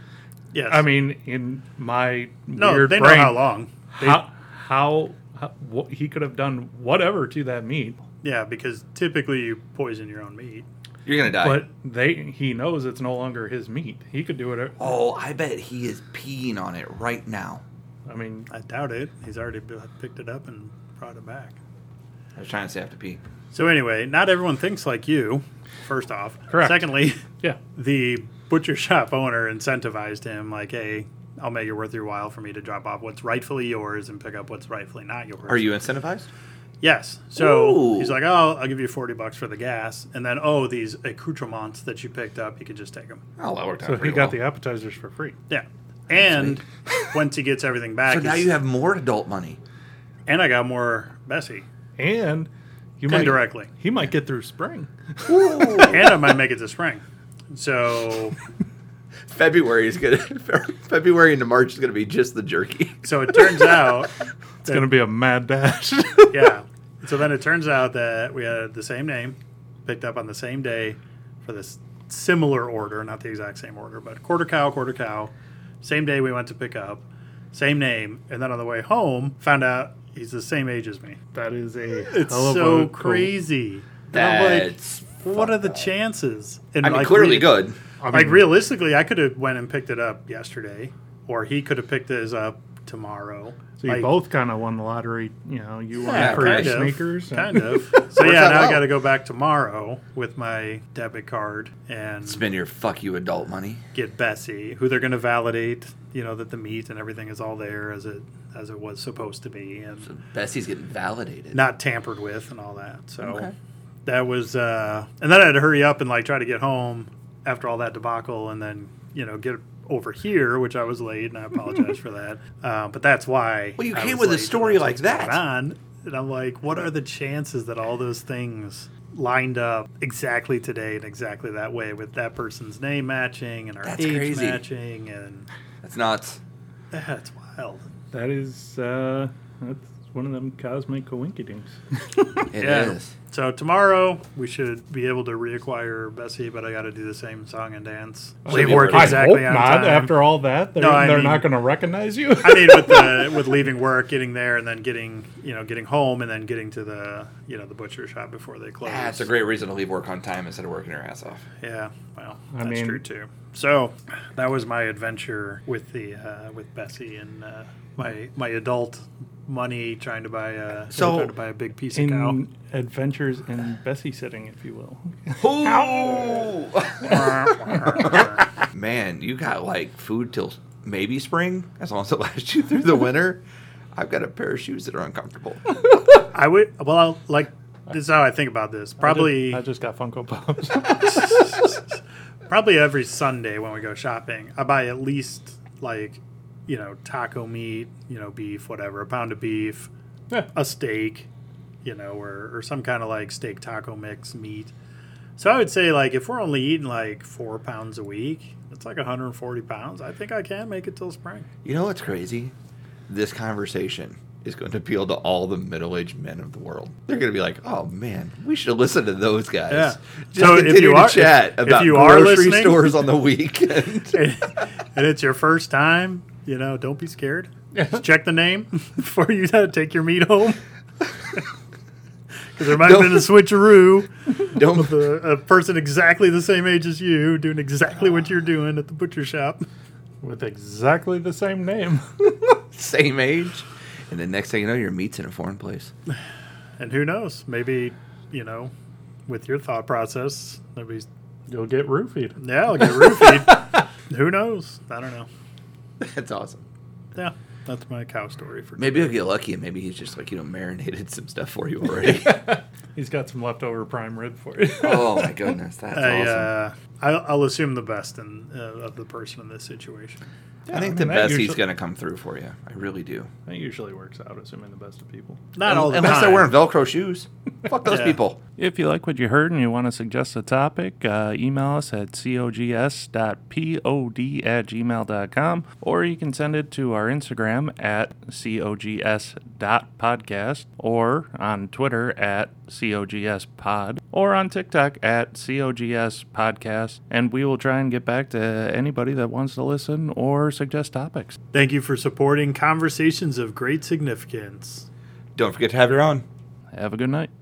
yes.
I mean in my
no,
weird
they
brain,
know how long.
how how, how what, he could have done whatever to that meat.
Yeah, because typically you poison your own meat.
You're going to die.
But they he knows it's no longer his meat. He could do whatever.
oh, I bet he is peeing on it right now.
I mean,
I doubt it. He's already b- picked it up and brought it back.
I was trying to say I have to pee.
So anyway, not everyone thinks like you, first off.
Correct.
Secondly,
yeah.
the butcher shop owner incentivized him, like, hey, I'll make it worth your while for me to drop off what's rightfully yours and pick up what's rightfully not yours.
Are you incentivized?
Yes. So
Ooh.
he's like, oh, I'll give you 40 bucks for the gas. And then, oh, these accoutrements that you picked up, you can just take them.
Oh, that worked out
So he
pretty
got
well.
the appetizers for free.
Yeah. And once he gets everything back,
So now
he's-
you have more adult money.
and I got more Bessie
And you might
indirectly,
he might get through spring.
and I might make it to spring. So,
February is going to February into March is going to be just the jerky.
so it turns out,
It's going to be a mad dash.
yeah. So then it turns out that we had the same name, picked up on the same day, for this similar order, not the exact same order, but quarter cow, quarter cow. Same day we went to pick up, same name, and then on the way home found out he's the same age as me.
that is a
It's
hell of
so
a cool-
crazy. And I'm like,
That's
what are the chances? And
I mean,
like,
clearly
re-
good.
like realistically, I could have went and picked it up yesterday, or he could have picked his up tomorrow.
So you
Like,
both kind of won the lottery. You know, you won
yeah,
for
kind
your
of,
sneakers. and-
kind of. So yeah,
that
now I
out?
got to go back tomorrow with my debit card and
Spend your fuck you adult money.
get Bessie, who they're going to validate. You know that the meat and everything is all there as it as it was supposed to be, and
Bessie's getting validated.
not tampered with and all that. So
Okay.
that was, uh, and then I had to hurry up and like try to get home after all that debacle, and then you know get over here, which I was late, and I apologize for that. Uh, but that's why.
Well, you
I was
came with a
late, and
story
that's
like
what's
that.
going On, and I'm like, what are the chances that all those things lined up exactly today and exactly that way with that person's name matching and our
That's
age
crazy.
matching and
That's nuts.
that's wild.
That is uh, that's one of them cosmic coinkydinks.
It is.
Yeah. So tomorrow we should be able to reacquire Bessie, but I got to do the same song and dance.
Should
Leave
be
work
pretty-
exactly on time.
After all that, they're,
No, I
they're
mean-
not going to recognize you.
I mean, with the with leaving work, getting there, and then getting you know getting home, and then getting to the you know the butcher shop before they close.
That's a great reason to leave work on time instead of working your ass off.
Yeah, well,
I
that's
mean-
true too. So that was my adventure with the uh, with Bessie and uh, my my adult money trying to buy a
So-
trying to buy a big piece of cow.
in adventures in Bessie sitting, if you will.
Man, you got like food till maybe spring, as long as it lasts you through the winter. I've got a pair of shoes that are uncomfortable.
I would well I'll, like this is how I think about this. Probably
I just got Funko Pops.
probably every Sunday when we go shopping, I buy at least like, you know, taco meat, you know, beef, whatever, a pound of beef,
Yeah.
a steak, you know, or, or some kind of like steak taco mix meat. So I would say like if we're only eating like four pounds a week, it's It's like 140 pounds. I think I can make it till spring.
You know what's crazy? This conversation is going to appeal to all the middle aged men of the world. They're going to be like, oh man, we should listen to those guys.
Yeah.
Just
So if
continue
you
to
are-
chat
if- if
about
you are
grocery
listening-
stores on the weekend.
and it's your first time, you know, don't be scared. Just check the name before you uh, take your meat home. Because there might have been a switcheroo
Don't
with a, a person exactly the same age as you doing exactly what you're doing at the butcher shop.
with exactly the same name.
same age. And the next thing you know, your meat's in a foreign place.
And who knows? Maybe, you know, with your thought process, nobody's,
You'll get roofied.
yeah, I'll get roofied. who knows? I don't know.
That's awesome.
Yeah, that's my cow story for
Maybe he'll get lucky and maybe he's just like, you know, marinated some stuff for you already.
He's got some leftover prime rib for you.
oh my goodness. That's
I,
awesome.
uh, I'll, I'll assume the best in, uh, of the person in this situation.
I
mean,
think the
that
best he's
usually-
going to come through for you. I really do.
That usually works out, assuming the best of people.
Not all the
Unless
time.
they're wearing Velcro shoes. Fuck those
Yeah.
people.
If you like what you heard and you want to suggest a topic, uh, email us at cogs.pod at gmail.com or you can send it to our Instagram at cogs.podcast or on Twitter at cogspod or on TikTok at cogspodcast. And we will try and get back to anybody that wants to listen or suggest topics.
Thank you for supporting Conversations of Great Significance.
Don't forget to have your own.
Have a good night.